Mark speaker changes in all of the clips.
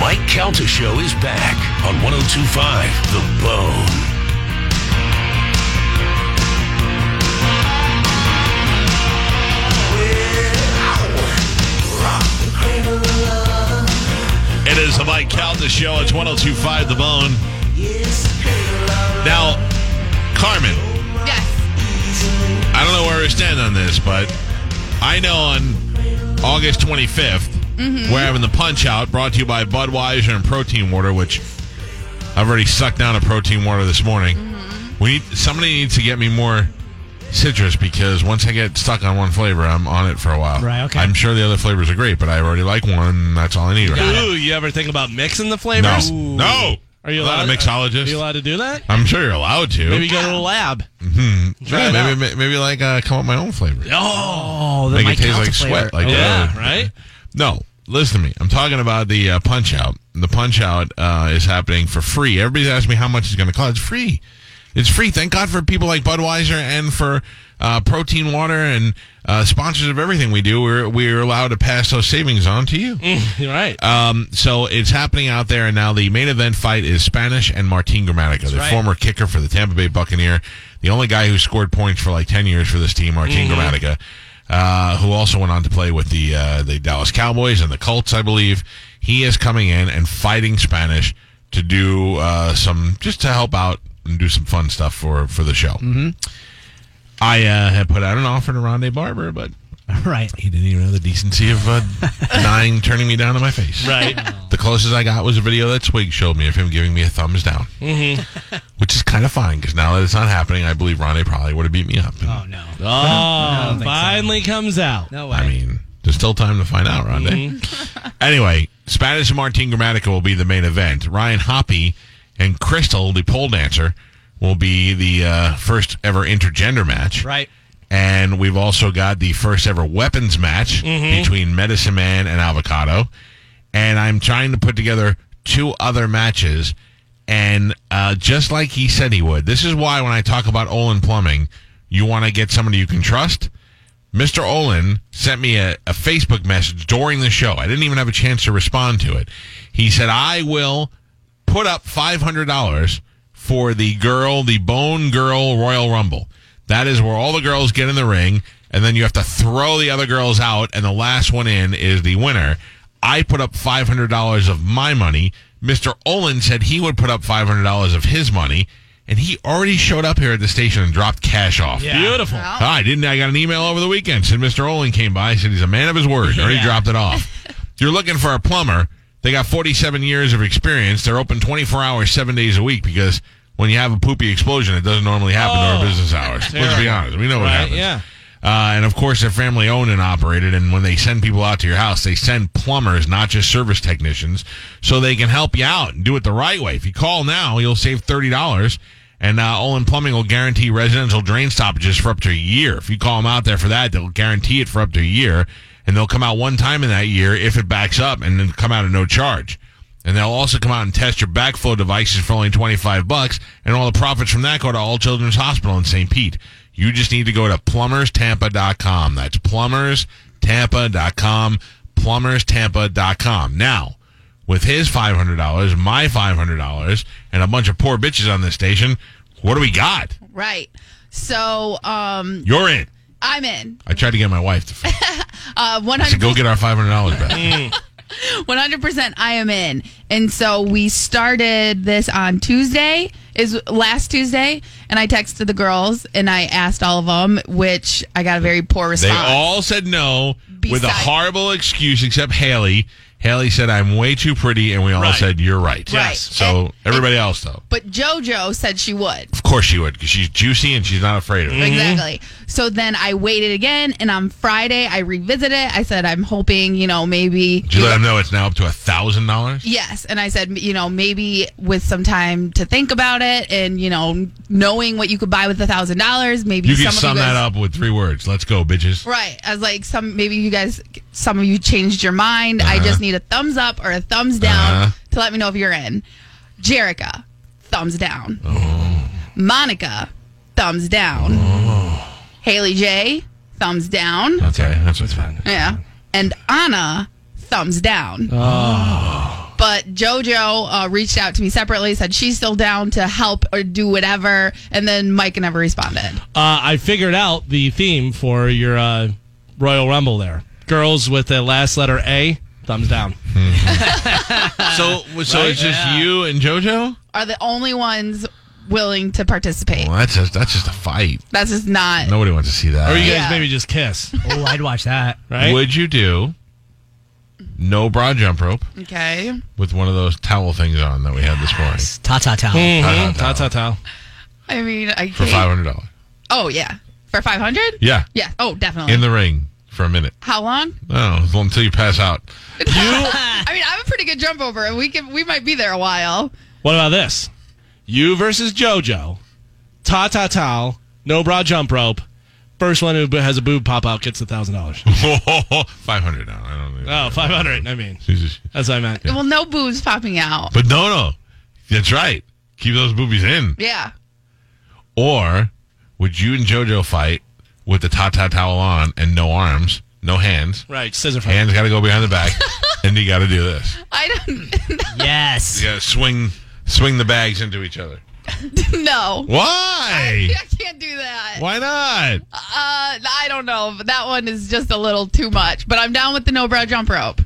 Speaker 1: Mike Calta Show is back on 1025 The Bone.
Speaker 2: It is the Mike Calda Show. It's 1025 The Bone. Now, Carmen,
Speaker 3: Yes.
Speaker 2: I don't know where we stand on this, but I know on August 25th, we're having the Punch Out brought to you by Budweiser and Protein Water, which I've already sucked down a protein water this morning. We need, somebody needs to get me more citrus because once I get stuck on one flavor, I'm on it for a while.
Speaker 4: Right, okay.
Speaker 2: I'm sure the other flavors are great, but I already like one, and that's all I need right now.
Speaker 5: Ooh, you ever think about mixing the flavors?
Speaker 2: No.
Speaker 5: Ooh.
Speaker 2: No.
Speaker 5: Are you
Speaker 2: I'm not
Speaker 5: allowed
Speaker 2: a mixologist.
Speaker 5: Are you allowed to do that?
Speaker 2: I'm sure you're allowed to.
Speaker 5: Maybe go to the lab.
Speaker 2: Yeah, maybe, maybe, like uh, come up with my own flavor.
Speaker 4: Oh, the
Speaker 2: Make
Speaker 4: Mike
Speaker 2: it taste
Speaker 4: Calta
Speaker 2: like
Speaker 4: flavor.
Speaker 2: sweat. Like
Speaker 5: Oh, Yeah,
Speaker 2: uh,
Speaker 5: right?
Speaker 2: No, listen to me. I'm talking about the uh, punch out. The punch out uh, is happening for free. Everybody's asking me how much it's going to cost. It's free. It's free. Thank God for people like Budweiser and for uh, protein water and uh, sponsors of everything we do. We're we're allowed to pass those savings on to you.
Speaker 5: You're right.
Speaker 2: Um, so it's happening out there, and now the main event fight is Spanish and Martin Gramatica, the
Speaker 5: right.
Speaker 2: former kicker for the Tampa Bay Buccaneer, the only guy who scored points for like ten years for this team, Martin Gramatica, uh, who also went on to play with the uh, the Dallas Cowboys and the Colts, I believe. He is coming in and fighting Spanish to do uh, some just to help out and do some fun stuff for for the show. Mm-hmm. I uh, had put out an offer to Rondé Barber, but
Speaker 4: Right.
Speaker 2: he didn't even have the decency of uh, denying turning me down in my face.
Speaker 5: Right.
Speaker 2: The closest I got was a video that Twig showed me of him giving me a thumbs down, mm-hmm. which is kind of fine because now that it's not happening, I believe Ronnie probably would have beat me up. And,
Speaker 4: Oh no.
Speaker 5: Oh,
Speaker 4: think so.
Speaker 5: finally comes out.
Speaker 4: No way.
Speaker 2: I mean, there's still time to find out, Ronde.
Speaker 4: Mm-hmm.
Speaker 2: anyway, Spanish and Martin Gramatica will be the main event. Ryan Hoppy and Crystal, the pole dancer, will be the uh, first ever intergender match.
Speaker 4: right.
Speaker 2: And we've also got the first ever weapons match between Medicine Man and Avocado. And I'm trying to put together two other matches. And uh, just like he said he would, this is why when I talk about Olin Plumbing, you want to get somebody you can trust. Mr. Olin sent me a, a Facebook message during the show. I didn't even have a chance to respond to it. He said, I will put up $500 for the girl, the Bone Girl Royal Rumble. That is where all the girls get in the ring, and then you have to throw the other girls out, and the last one in is the winner. I put up $500 of my money. Mr. Olin said he would put up $500 of his money, and he already showed up here at the station and dropped cash off.
Speaker 5: Beautiful.
Speaker 2: I didn't. I got an email over the weekend. Said Mr. Olin came by. Said he's a man of his word. Already dropped it off. You're looking for a plumber. They got 47 years of experience. They're open 24 hours, seven days a week because when you have a poopy explosion, it doesn't normally happen
Speaker 5: Oh.
Speaker 2: during business hours. Let's be
Speaker 5: Terrible.
Speaker 2: honest. We know what
Speaker 5: Right,
Speaker 2: happens.
Speaker 5: yeah.
Speaker 2: Uh, and of course, they're family owned and operated. And when they send people out to your house, they send plumbers, not just service technicians, so they can help you out and do it the right way. If you call now, you'll save thirty dollars. And uh, Olin Plumbing will guarantee residential drain stoppages for up to a year. If you call them out there for that, they'll guarantee it for up to a year, and they'll come out one time in that year if it backs up, and then come out at no charge. And they'll also come out and test your backflow devices for only 25 bucks, and all the profits from that go to All Children's Hospital in St. Pete. You just need to go to plumberstampa.com. That's plumberstampa.com, plumberstampa.com. Now, with his $500, my $500, and a bunch of poor bitches on this station, what do we got?
Speaker 3: Right. So um,
Speaker 2: You're in.
Speaker 3: I'm in.
Speaker 2: I tried to get my wife to f-
Speaker 3: Uh,
Speaker 2: I said,
Speaker 3: 100,
Speaker 2: go get our $500 back.
Speaker 3: 100% I am in. And so we started this on Tuesday, is last Tuesday. And I texted the girls and I asked all of them, which I got a very poor
Speaker 2: They
Speaker 3: response.
Speaker 2: all said no with a
Speaker 3: Besides-
Speaker 2: horrible excuse, except Haley. Haley said, "I'm way too pretty," and we all
Speaker 5: Right.
Speaker 2: said, "You're right."
Speaker 3: Right.
Speaker 2: So everybody else, though,
Speaker 3: but JoJo said she would.
Speaker 2: of course she would, because she's juicy and she's not afraid of it.
Speaker 3: Exactly. So then I waited again, and on Friday I revisited it. I said I'm hoping, you know, maybe
Speaker 2: Did you let them know it's now up to a thousand dollars?
Speaker 3: yes. And I said, you know, maybe with some time to think about it, and you know, knowing what you could buy with a thousand dollars, maybe
Speaker 2: You
Speaker 3: some
Speaker 2: can
Speaker 3: of
Speaker 2: sum
Speaker 3: you guys,
Speaker 2: that up with three words. Let's go, bitches.
Speaker 3: Right. I was like, some maybe you guys, some of you changed your mind. I just need a thumbs up or a thumbs down
Speaker 2: Uh-huh.
Speaker 3: to let me know if you're in. Jerica, thumbs down.
Speaker 2: Oh.
Speaker 3: Monica, thumbs down.
Speaker 2: Oh.
Speaker 3: Haley J, thumbs down.
Speaker 2: Okay, that's what's fine.
Speaker 3: Yeah. And Anna, thumbs down. But JoJo uh, reached out to me separately, said she's still down to help or do whatever. And then Micah never responded.
Speaker 5: Uh, I figured out the theme for your uh, Royal Rumble there. Girls with the last letter A, thumbs down.
Speaker 2: So, so
Speaker 5: Right?
Speaker 2: it's just
Speaker 5: Yeah.
Speaker 2: you and JoJo.
Speaker 3: Are the only ones willing to participate.
Speaker 2: Well, that's just that's just a fight.
Speaker 3: That's just not.
Speaker 2: Nobody wants to see that.
Speaker 5: Or you guys
Speaker 3: Yeah.
Speaker 5: maybe just kiss,
Speaker 4: Oh, I'd watch that.
Speaker 5: right?
Speaker 2: Would you do no bra jump rope
Speaker 3: Okay.
Speaker 2: with one of those towel things on that we had this morning
Speaker 4: Ta ta ta.
Speaker 2: Ta, ta,
Speaker 5: Mhm.
Speaker 2: ta.
Speaker 5: Ta ta ta.
Speaker 3: I mean, I
Speaker 2: for
Speaker 3: can't.
Speaker 2: five hundred dollars?
Speaker 3: Oh, yeah. For 500?
Speaker 2: Yeah,
Speaker 3: Yeah. Oh, definitely.
Speaker 2: in the ring for a minute.
Speaker 3: How long?
Speaker 2: Oh, well, until you pass out.
Speaker 3: I mean, I'm a pretty good jump over, and we can we might be there a while.
Speaker 5: What about this? You versus JoJo. Ta ta ta. No bra jump rope. First one who b- has a boob pop out gets a thousand dollars.
Speaker 2: five hundred now. I don't.
Speaker 5: Oh, 500. I mean,
Speaker 2: Jesus.
Speaker 5: that's what I meant.
Speaker 3: Well, no boobs popping out.
Speaker 2: But no, no, that's right. Keep those boobies in.
Speaker 3: Yeah.
Speaker 2: Or would you and JoJo fight with the ta ta towel on and no arms, no hands?
Speaker 5: Right, scissor fight.
Speaker 2: Hands got to go behind the back, and you got to do this.
Speaker 3: I don't.
Speaker 4: Yes.
Speaker 2: You got to swing, swing the bags into each other.
Speaker 3: no.
Speaker 2: Why?
Speaker 3: I can't do that.
Speaker 2: Why not?
Speaker 3: Uh, I don't know. But that one is just a little too much. But I'm down with the no brow jump rope.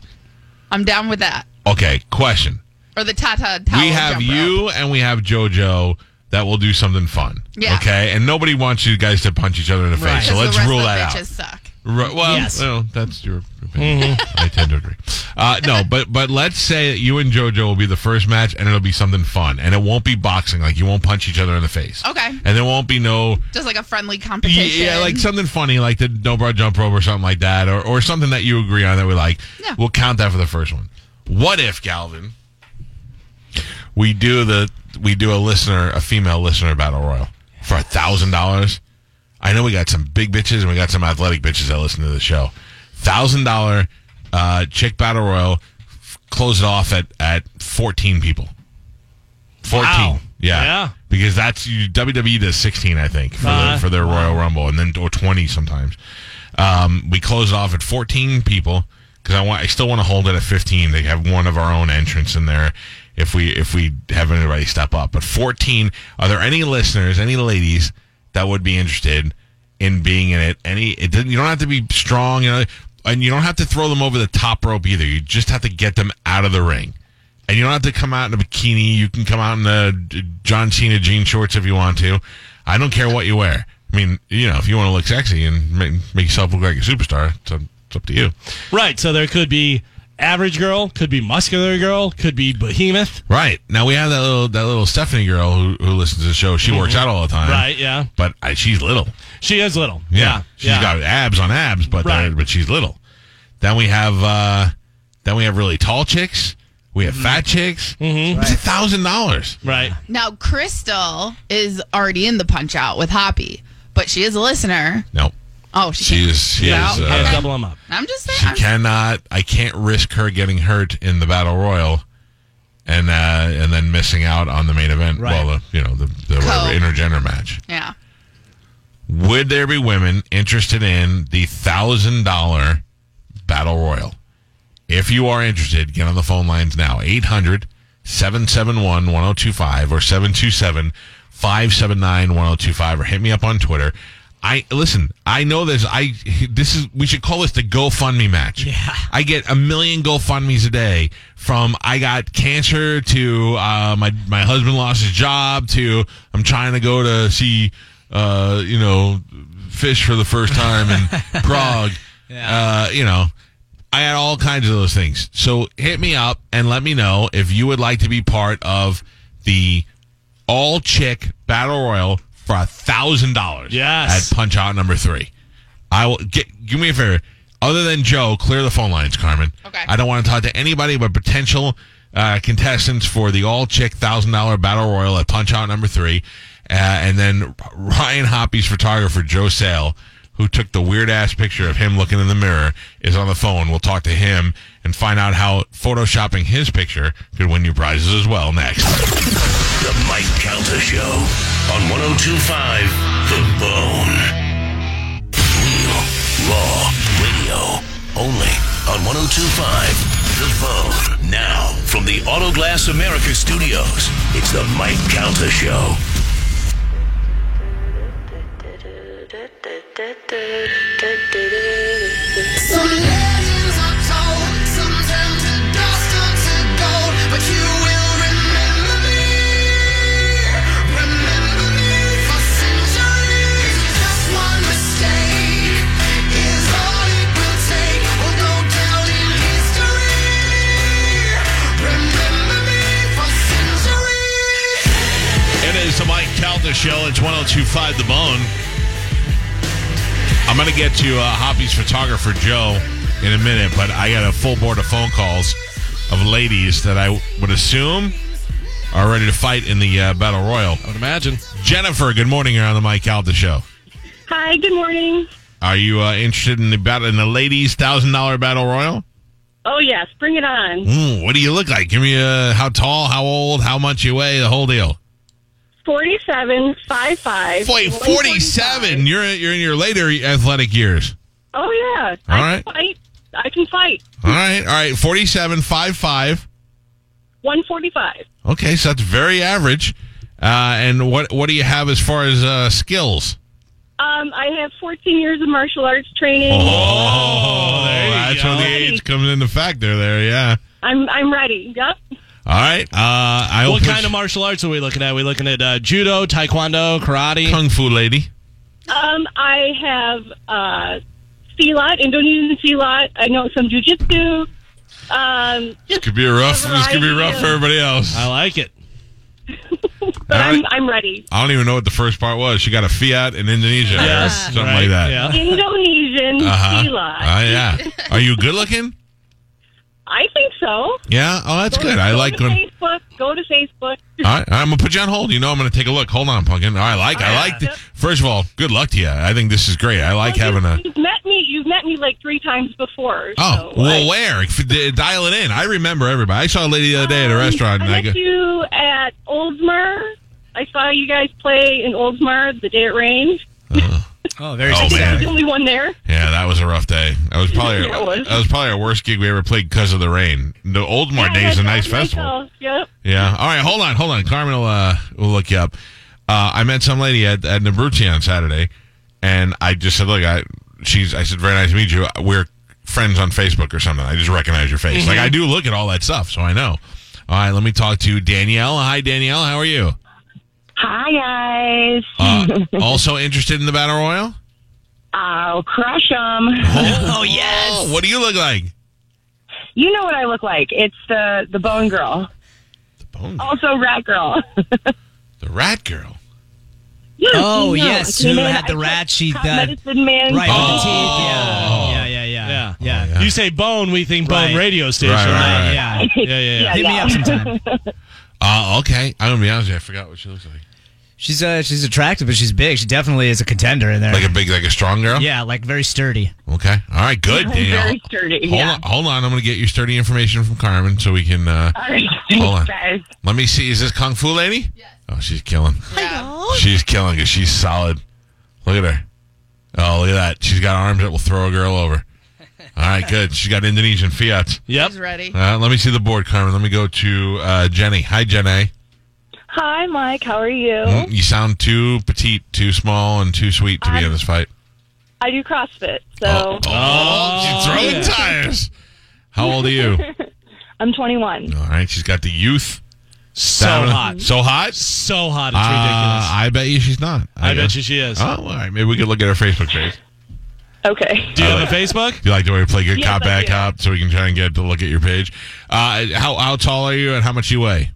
Speaker 3: I'm down with that.
Speaker 2: Okay, question.
Speaker 3: Or the Tata towel
Speaker 2: we have
Speaker 3: jump rope.
Speaker 2: you and we have JoJo that will do something fun.
Speaker 3: Yeah.
Speaker 2: Okay, and nobody wants you guys to punch each other in the
Speaker 4: Right.
Speaker 2: face, so let's
Speaker 3: Because the rest
Speaker 2: rule
Speaker 3: of the
Speaker 2: that out.
Speaker 3: bitches Suck.
Speaker 2: Right. Well,
Speaker 4: Yes.
Speaker 2: well, that's your opinion. I tend to agree. Uh, no, but but let's say that you and JoJo will be the first match, and it'll be something fun, and it won't be boxing. Like you won't punch each other in the face.
Speaker 3: Okay.
Speaker 2: And there won't be no.
Speaker 3: Just like a friendly competition.
Speaker 2: Yeah, like something funny, like the no bra jump rope or something like that, or, or something that you agree on that we like.
Speaker 3: Yeah.
Speaker 2: We'll count that for the first one. What if Galvin? We do the we do a listener, a female listener battle royal for a thousand dollars. I know we got some big bitches and we got some athletic bitches that listen to the show. Thousand dollar uh chick battle royal. F- close it off at at fourteen people. Fourteen.
Speaker 5: Wow.
Speaker 2: Yeah.
Speaker 5: Yeah.
Speaker 2: Because that's you, WWE does sixteen, I think, for,
Speaker 5: Uh,
Speaker 2: the, for their Royal Rumble, and then or twenty sometimes. Um, we close it off at fourteen people because I want I still want to hold it at fifteen. They have one of our own entrants in there if we if we have anybody step up. But fourteen. Are there any listeners, any ladies that would be interested in being in it? Any? It doesn't, you don't have to be strong, you know, and you don't have to throw them over the top rope either. You just have to get them out of the ring. And you don't have to come out in a bikini. You can come out in the John Cena jean shorts if you want to. I don't care what you wear. I mean, you know, if you want to look sexy and make, make yourself look like a superstar, it's up, it's up to you.
Speaker 5: Right, so there could be average girl, could be muscular girl, could be behemoth.
Speaker 2: Right now, we have that little that little Stephanie girl who, who listens to the show. She works out all the time,
Speaker 5: Mm-hmm. Right, yeah.
Speaker 2: But I, she's little.
Speaker 5: She is little.
Speaker 2: Yeah, she's
Speaker 5: yeah.
Speaker 2: got abs on abs, but
Speaker 5: Right.
Speaker 2: they're- but she's little. Then we have uh then we have really tall chicks. We have fat chicks. Mm-hmm. It's a thousand dollars.
Speaker 5: Right.
Speaker 3: Now, Crystal is already in the punch out with Hoppy, but she is a listener.
Speaker 2: No,
Speaker 3: Oh, she,
Speaker 2: she
Speaker 3: can't-
Speaker 2: is she
Speaker 5: Yeah,
Speaker 2: is.
Speaker 5: I'll
Speaker 2: Uh,
Speaker 5: double them up.
Speaker 3: I'm just
Speaker 2: she
Speaker 3: saying. I'm-
Speaker 2: cannot. I can't risk her getting hurt in the battle royal, and uh, and then missing out on the main event.
Speaker 4: Right.
Speaker 2: Well, the, you know the, the whatever,
Speaker 3: Cool.
Speaker 2: intergender match.
Speaker 3: yeah.
Speaker 2: Would there be women interested in the thousand dollar battle royal? If you are interested, get on the phone lines now 800 771 1025 or 727 579 1025 or hit me up on Twitter. I listen, I know this. I this is we should call this the GoFundMe match.
Speaker 4: Yeah.
Speaker 2: I get a million GoFundMe's a day from I got cancer to uh, my my husband lost his job to I'm trying to go to see uh, you know fish for the first time in Prague. Uh, you know, I had all kinds of those things. So hit me up and let me know if you would like to be part of the all chick battle royal for a thousand dollars.
Speaker 5: Yes.
Speaker 2: At punch out number three. I will get, do me a favor. Other than Joe, clear the phone lines, Carmen.
Speaker 3: Okay.
Speaker 2: I don't want to talk to anybody but potential uh, contestants for the all chick thousand dollar battle royal at Punch Out number three, uh, and then Ryan Hoppy's photographer Joe Sale, who took the weird ass picture of him looking in the mirror, is on the phone. We'll talk to him and find out how photoshopping his picture could win you prizes as well. Next.
Speaker 1: The Mike Calta Show on 1025 The Bone. oh Real Raw Radio only on 1025 The phone. Now, from the Autoglass America studios, it's the Mike Calta Show.
Speaker 4: Some legends are told, some turn to dust or to gold, but you will remember me, remember me for centuries. Just one mistake is all it will take. We'll go down in history. Remember me for centuries.
Speaker 2: It is the Mike Calda Show. It's 1025 The Bone. I'm going to get to uh, Hoppy's photographer, Joe, in a minute, but I got a full board of phone calls of ladies that I would assume are ready to fight in the uh, Battle Royal.
Speaker 5: I would imagine.
Speaker 2: Jennifer, good morning. You're on the Mike Calda Show.
Speaker 6: Hi, good morning.
Speaker 2: Are you uh, interested in the battle in the ladies' thousand dollar battle royal?
Speaker 6: Oh, yes, bring it on.
Speaker 2: Ooh, what do you look like? Give me uh, how tall, how old, how much you weigh, the whole deal.
Speaker 6: 47, 55.
Speaker 2: Wait, 47. You're you're in your later athletic years.
Speaker 6: Oh, yeah.
Speaker 2: All
Speaker 6: I
Speaker 2: right.
Speaker 6: Can fight. I can fight.
Speaker 2: All right, all right. 47, 5, 5.
Speaker 6: 145.
Speaker 2: Okay, so that's very average. Uh, and what what do you have as far as uh, skills?
Speaker 6: Um, I have 14 years of martial arts training.
Speaker 2: Oh, that's where the age comes into factor. There, yeah.
Speaker 6: I'm I'm ready. Yep.
Speaker 2: All right. Uh, I will
Speaker 5: What
Speaker 2: put
Speaker 5: kind of
Speaker 2: you-
Speaker 5: martial arts are we looking at? we looking at uh, judo, taekwondo, karate.
Speaker 2: kung fu lady?
Speaker 6: Um, I have uh, silat, Indonesian silat. I know some jujitsu. Um, just,
Speaker 2: Could be rough.
Speaker 6: A
Speaker 2: This could be
Speaker 6: variety
Speaker 2: rough
Speaker 6: of-
Speaker 2: for everybody else.
Speaker 5: I like it.
Speaker 6: but
Speaker 2: all
Speaker 6: I'm
Speaker 2: right.
Speaker 6: I'm ready.
Speaker 2: I don't even know what the first part was. She got a Fiat in Indonesia.
Speaker 5: Yes,
Speaker 2: or something
Speaker 5: right,
Speaker 2: like that.
Speaker 5: Yeah.
Speaker 6: Indonesian
Speaker 2: Uh-huh.
Speaker 6: silat.
Speaker 2: Oh, yeah. Are you good looking?
Speaker 6: I think so.
Speaker 2: Yeah. Oh, that's good. I
Speaker 6: Go
Speaker 2: like
Speaker 6: to
Speaker 2: when.
Speaker 6: Facebook. Go to Facebook.
Speaker 2: All right, I'm gonna put you on hold. You know, I'm gonna take a look. Hold on, pumpkin. All right, I like, I like. The, first of all, good luck to you. I think this is great. I like
Speaker 6: Well,
Speaker 2: having a.
Speaker 6: you- You've met me. You've met me like three times before.
Speaker 2: Oh,
Speaker 6: so
Speaker 2: well,
Speaker 6: I-
Speaker 2: where? F- d- Dial it in. I remember everybody. I saw a lady the other day at a
Speaker 6: Um,
Speaker 2: restaurant, and
Speaker 6: I
Speaker 2: I go,
Speaker 6: met you at Oldsmar. I saw you guys play in Oldsmar the day it rained.
Speaker 7: Oh, very
Speaker 2: "Oh
Speaker 6: I was the
Speaker 2: man,
Speaker 6: only one there.
Speaker 2: yeah, that was a rough day. That was probably
Speaker 6: Yeah, it was.
Speaker 2: that was probably our worst gig we ever played because of the rain. The Oldmar
Speaker 6: Yeah, I
Speaker 2: Day's a
Speaker 6: had
Speaker 2: nice
Speaker 6: that
Speaker 2: festival.
Speaker 6: myself. Yep.
Speaker 2: Yeah. All right. Hold on. Hold on. Carmen will, uh, will look you up. Uh, I met some lady at, at Nabruti on Saturday, and I just said, "Look, I she's." I said, "Very nice to meet you. We're friends on Facebook or something." I just recognize your face. Like I do look at all that stuff, so I know. All right. Let me talk to Danielle. Hi, Danielle. How are you?
Speaker 8: Hi guys.
Speaker 2: Uh, also interested in the battle royal?
Speaker 8: I'll crush them. Oh, yes.
Speaker 2: What do you look like?
Speaker 8: You know what I look like? It's the the bone girl,
Speaker 2: The bone. Girl.
Speaker 8: also rat girl.
Speaker 2: Oh. The rat girl.
Speaker 8: Yes,
Speaker 7: Oh,
Speaker 8: you know,
Speaker 7: yes,
Speaker 8: I came
Speaker 7: who
Speaker 8: in,
Speaker 7: had
Speaker 8: I
Speaker 7: the
Speaker 8: took
Speaker 7: rat sheet
Speaker 8: Hot
Speaker 7: that-
Speaker 8: medicine man.
Speaker 7: Right,
Speaker 2: Oh.
Speaker 7: with the teeth. Yeah. Yeah, yeah, yeah.
Speaker 5: Yeah.
Speaker 7: Yeah.
Speaker 2: Yeah.
Speaker 5: You say bone, we think bone
Speaker 7: Right.
Speaker 5: radio station.
Speaker 2: Right, right, right.
Speaker 7: Yeah.
Speaker 5: Yeah, yeah, yeah.
Speaker 8: Yeah,
Speaker 7: Hit me
Speaker 8: yeah.
Speaker 7: up sometime.
Speaker 2: Uh, okay. I'm gonna be honest. With you, I forgot what she looks like.
Speaker 7: She's uh, she's attractive, but she's big. She definitely is a contender in there.
Speaker 2: Like a big, like a strong girl.
Speaker 7: yeah, like very sturdy.
Speaker 2: Okay. All right. Good, Danielle.
Speaker 8: Very sturdy.
Speaker 2: Hold
Speaker 8: yeah.
Speaker 2: on, hold on. I'm going to get your sturdy information from Carmen so we can. Uh,
Speaker 8: All right,
Speaker 2: Hold on.
Speaker 8: thanks, guys.
Speaker 2: let me see. Is this Kung Fu Lady? Yes. Oh, she's killing.
Speaker 3: Yeah.
Speaker 2: She's killing because she's solid. Look at her. Oh, look at that. She's got arms that will throw a girl over. All right, good. She's got Indonesian fiats.
Speaker 5: Yep.
Speaker 3: She's ready.
Speaker 2: Uh, let me see the board, Carmen. Let me go to uh, Jenny. Hi, Jenny.
Speaker 6: Hi, Mike. How are you?
Speaker 2: Mm, You sound too petite, too small, and too sweet to be in this fight.
Speaker 6: I do CrossFit, so
Speaker 2: Oh, oh, she's throwing tires. How old are you?
Speaker 6: I'm 21.
Speaker 2: All right, she's got the youth.
Speaker 5: So
Speaker 2: stamina.
Speaker 5: hot.
Speaker 2: So hot.
Speaker 5: So hot. It's
Speaker 2: Uh, I bet you she's not.
Speaker 5: ridiculous. I, bet
Speaker 2: guess.
Speaker 5: you she is.
Speaker 2: Oh, all right. Maybe we could look at her Facebook page.
Speaker 6: Okay.
Speaker 5: Do you
Speaker 2: I
Speaker 5: have a Facebook?
Speaker 2: If you like the way we play good
Speaker 6: Yes,
Speaker 2: cop,
Speaker 6: I
Speaker 2: bad
Speaker 6: do.
Speaker 2: cop, so we can try and get to look at your page. Uh, how how tall are you and how much you weigh?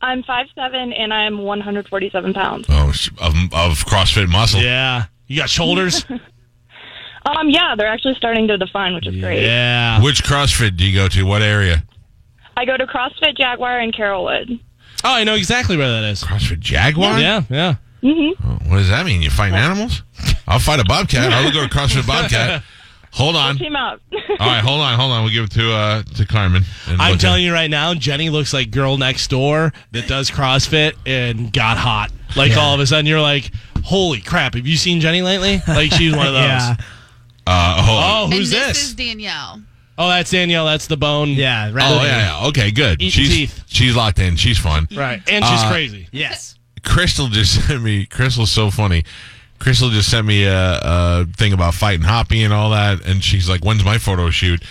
Speaker 6: I'm 5'7 and I'm 147 pounds.
Speaker 2: Oh, sh- of, of CrossFit muscle.
Speaker 5: Yeah. You got shoulders?
Speaker 6: Um, yeah, they're actually starting to define, which is great.
Speaker 5: yeah.
Speaker 2: Which CrossFit do you go to? What area?
Speaker 6: I go to CrossFit Jaguar in Carrollwood.
Speaker 5: Oh, I know exactly where that is.
Speaker 2: CrossFit Jaguar?
Speaker 5: Yeah, yeah.
Speaker 2: Oh, what does that mean? You fighting animals? I'll fight a bobcat. I'll go to CrossFit Bobcat. Hold on.
Speaker 6: Team out.
Speaker 2: All right, hold on, hold on. We'll give it to uh, to Carmen. and
Speaker 5: I'm
Speaker 2: look
Speaker 5: telling
Speaker 2: at-
Speaker 5: you right now, Jenny looks like girl next door that does CrossFit and got hot. Like all of a sudden, you're like, "Holy crap! Have you seen Jenny lately?" Like she's one of those.
Speaker 7: Yeah.
Speaker 2: Uh, hold on.
Speaker 5: Oh, who's
Speaker 3: and
Speaker 5: this?
Speaker 3: This is Danielle.
Speaker 5: Oh, that's Danielle. That's the bone.
Speaker 7: Yeah.
Speaker 2: Oh
Speaker 7: rather-
Speaker 2: yeah, yeah. Okay, good.
Speaker 5: Eat
Speaker 2: she's
Speaker 5: teeth.
Speaker 2: she's locked in. She's fun.
Speaker 5: Right. And she's
Speaker 2: Uh,
Speaker 5: crazy.
Speaker 7: Yes.
Speaker 2: Crystal just sent me. Crystal's so funny. Crystal just sent me a, a thing about fighting Hoppy and all that, and she's like, "When's my photo shoot?"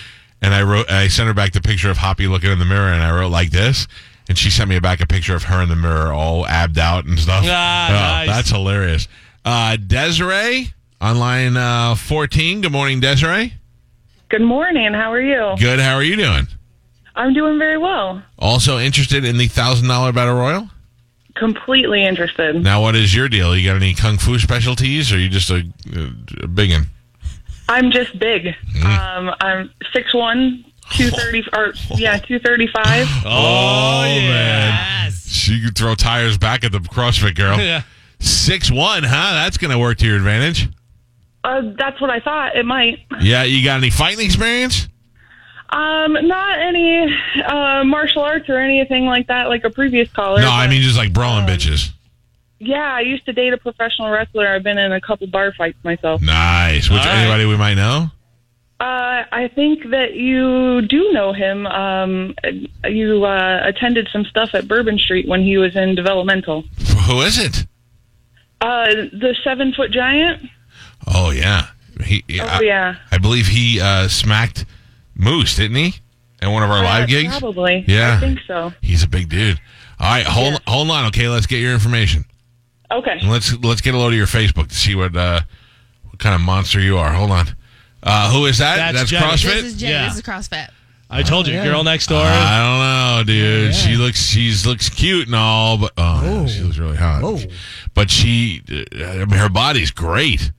Speaker 2: And I wrote, I sent her back the picture of Hoppy looking in the mirror, and I wrote like this, and she sent me back a picture of her in the mirror, all abbed out and stuff.
Speaker 5: Ah,
Speaker 2: Oh,
Speaker 5: nice.
Speaker 2: That's hilarious. Uh, Desiree on line uh, fourteen. Good morning, Desiree.
Speaker 8: Good morning. How are you?
Speaker 2: Good. How are you doing?
Speaker 8: I'm doing very well.
Speaker 2: Also interested in the thousand dollar battle royal?
Speaker 8: Completely interested.
Speaker 2: Now, what is your deal? You got any kung fu specialties, or you just a, a biggin?
Speaker 8: I'm just big. Um, I'm 6'1", 230, or yeah, 235.
Speaker 2: Oh, man, she could throw tires back at the CrossFit girl.
Speaker 5: Yeah.
Speaker 2: Six one, huh? That's gonna work to your advantage.
Speaker 8: Uh, that's what I thought it might.
Speaker 2: Yeah, you got any fighting experience?
Speaker 8: Um, not any uh, martial arts or anything like that, like a previous caller.
Speaker 2: No, I
Speaker 8: but-
Speaker 2: mean just like brawling bitches.
Speaker 8: yeah, I used to date a professional wrestler. I've been in a couple bar fights myself.
Speaker 2: Nice. Which
Speaker 5: All right.
Speaker 2: anybody we might know?
Speaker 8: Uh, I think that you do know him. Um, you uh, attended some stuff at Bourbon Street when he was in developmental.
Speaker 2: Who is it?
Speaker 8: Uh, the seven foot giant.
Speaker 2: Oh yeah, he.
Speaker 8: Oh yeah,
Speaker 2: I believe he uh, smacked Moose, didn't he? At one of our
Speaker 8: Uh,
Speaker 2: live gigs.
Speaker 8: Probably.
Speaker 2: Yeah.
Speaker 8: I think so.
Speaker 2: He's a big dude. All right, hold hold on. Okay, let's get your information.
Speaker 8: Okay.
Speaker 2: And let's let's get a load of your Facebook to see what uh, what kind of monster you are. Hold on. Uh, who is that?
Speaker 5: That's
Speaker 2: That's,
Speaker 5: Jenny.
Speaker 2: CrossFit.
Speaker 3: This is Jenny.
Speaker 5: Yeah.
Speaker 3: This is CrossFit.
Speaker 5: I told you, girl next door.
Speaker 2: Uh, I don't know, dude. She looks she's looks cute and all, but oh, man, she looks really hot. But she, uh, I mean, her body's great.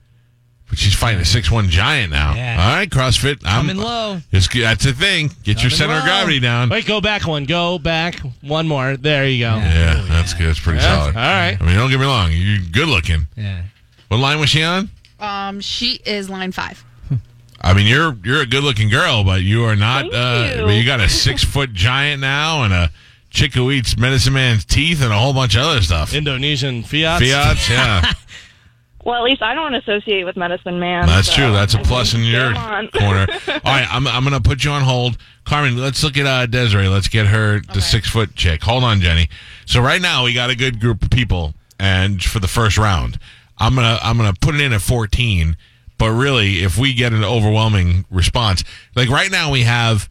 Speaker 2: But she's fighting a six one giant now.
Speaker 7: Yeah.
Speaker 2: All right, CrossFit. I'm
Speaker 7: Coming low.
Speaker 2: It's, good- that's the thing. Get your
Speaker 7: Coming
Speaker 2: center of
Speaker 7: low.
Speaker 2: gravity down.
Speaker 5: Wait, go back one. Go back one more. There you go.
Speaker 2: Yeah, that's good. That's pretty
Speaker 5: Yeah,
Speaker 2: solid.
Speaker 5: all right.
Speaker 2: I mean, don't get me wrong. You're good looking.
Speaker 7: Yeah.
Speaker 2: What line was she on?
Speaker 3: Um, she is line five.
Speaker 2: I mean, you're you're a good looking girl, but you are not.
Speaker 8: Thank
Speaker 2: Uh,
Speaker 8: you.
Speaker 2: but you got a six foot giant now, and a chick who eats medicine man's teeth, and a whole bunch of other stuff.
Speaker 5: Indonesian Fiat.
Speaker 2: Fiats, yeah,
Speaker 9: Well, at least I don't associate with Medicine Man.
Speaker 2: that's
Speaker 9: so-
Speaker 2: true. That's a plus in your
Speaker 9: Come on.
Speaker 2: corner. All right, I'm I'm gonna put you on hold, Carmen. Let's look at uh, Desiree. Let's get her the
Speaker 3: Okay.
Speaker 2: six foot chick. Hold on, Jenny. So right now we got a good group of people, and for the first round, I'm gonna I'm gonna put it in at 14. But really, if we get an overwhelming response, like right now we have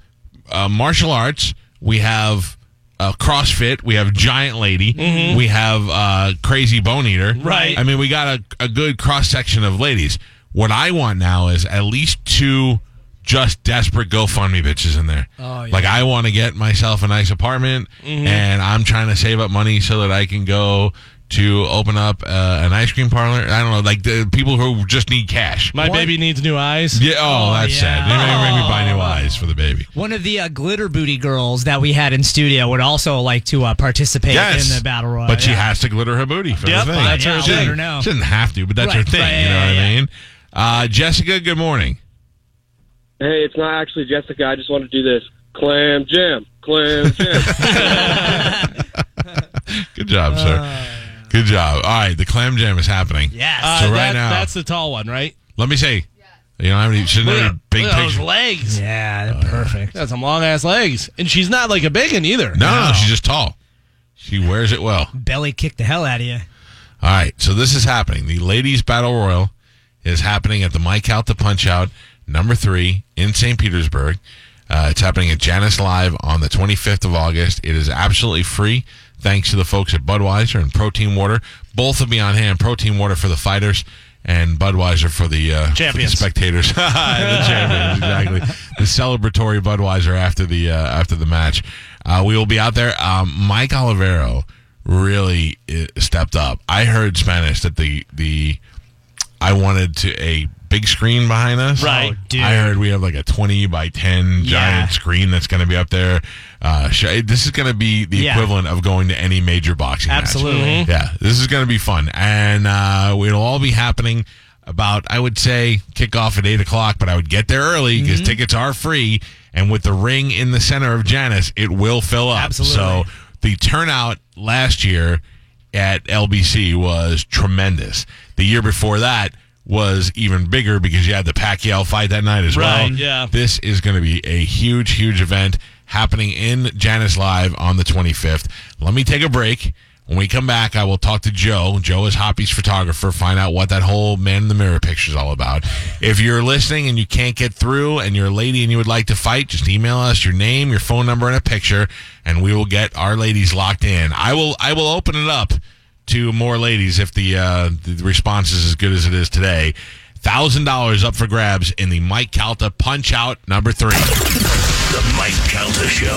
Speaker 2: uh, martial arts, we have uh, CrossFit, we have Giant Lady, we have uh, Crazy Bone Eater.
Speaker 5: Right.
Speaker 2: I mean, we got a, a good cross section of ladies. What I want now is at least two just desperate GoFundMe bitches in there.
Speaker 7: Oh, yeah. Mm-hmm.
Speaker 2: Like, I want to get myself a nice apartment, and I'm trying to save up money so that I can go to open up uh, an ice cream parlor. I don't know, like the people who just need cash.
Speaker 5: My baby needs new eyes.
Speaker 2: yeah, oh,
Speaker 7: Oh,
Speaker 2: that's
Speaker 7: yeah.
Speaker 2: sad. They're going to make me buy new eyes for the baby.
Speaker 7: One of the uh, glitter booty girls that we had in studio would also like to uh, participate
Speaker 2: Yes.
Speaker 7: in the battle royale.
Speaker 2: But she
Speaker 7: yeah.
Speaker 2: has to glitter her booty for
Speaker 5: Yep,
Speaker 2: the thing.
Speaker 5: that's her
Speaker 2: she
Speaker 5: thing.
Speaker 2: doesn't-
Speaker 7: No.
Speaker 2: She doesn't have to, but that's her
Speaker 7: Right,
Speaker 2: thing.
Speaker 7: right,
Speaker 2: you know
Speaker 7: yeah,
Speaker 2: what I
Speaker 7: yeah.
Speaker 2: mean? Uh, Jessica, good morning.
Speaker 10: Hey, it's not actually Jessica. I just want to do this. Clam jam. Clam jam.
Speaker 2: Good job, sir. Good job. All right, the clam jam is happening.
Speaker 7: Yes.
Speaker 5: Uh,
Speaker 2: So right
Speaker 5: that-
Speaker 2: now-
Speaker 5: that's the tall one, right?
Speaker 2: Let me say, you don't have any, shouldn't have any big
Speaker 5: Look at those
Speaker 2: picture.
Speaker 5: legs.
Speaker 7: yeah,
Speaker 2: Oh,
Speaker 7: they're perfect.
Speaker 5: She got some long ass legs, and she's not like a big one either.
Speaker 2: No, no, she's just tall. She wears it well.
Speaker 7: Belly kicked the hell out of you.
Speaker 2: All right, so this is happening. The ladies' battle royal is happening at the Mike Out the Punch Out number three in St. Petersburg. Uh, it's happening at Janice Live on the 25th of August. It is absolutely free, thanks to the folks at Budweiser and Protein Water. Both will be on hand. Protein Water for the fighters and Budweiser for the uh, for the
Speaker 5: Champions.
Speaker 2: spectators. the champions, exactly. The celebratory Budweiser after the uh, after the match. Uh, we will be out there. Um, Mike Olivero really uh, stepped up. I heard Spanish that the the I wanted to a big screen behind us.
Speaker 5: Right. Oh,
Speaker 7: dude.
Speaker 2: I heard we have like a twenty by ten giant
Speaker 7: Yeah.
Speaker 2: screen that's going to be up there. Uh, sh- this is going to be the
Speaker 7: Yeah.
Speaker 2: equivalent of going to any major boxing match.
Speaker 7: Absolutely.
Speaker 2: Yeah, this is going to be fun, and uh, it'll all be happening about I would say kickoff at eight o'clock, but I would get there early because tickets are free, and with the ring in the center of Janice, it will fill up. So
Speaker 7: Absolutely.
Speaker 2: the turnout last year at LBC was tremendous. The year before that was even bigger because you had the Pacquiao fight that night as well.
Speaker 5: Right, yeah.
Speaker 2: This is going to be a huge, huge event happening in Janice Live on the 25th. Let me take a break. When we come back, I will talk to Joe. Joe is Hoppy's photographer. Find out what that whole man in the mirror picture is all about. If you're listening and you can't get through and you're a lady and you would like to fight, just email us your name, your phone number, and a picture, and we will get our ladies locked in. I will I will open it up to more ladies if the, uh, the response is as good as it is today. Thousand dollars up for grabs in the Mike Calta Punch Out number three.
Speaker 1: The Mike Calta Show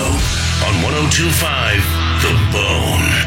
Speaker 1: on 1025 The Bone.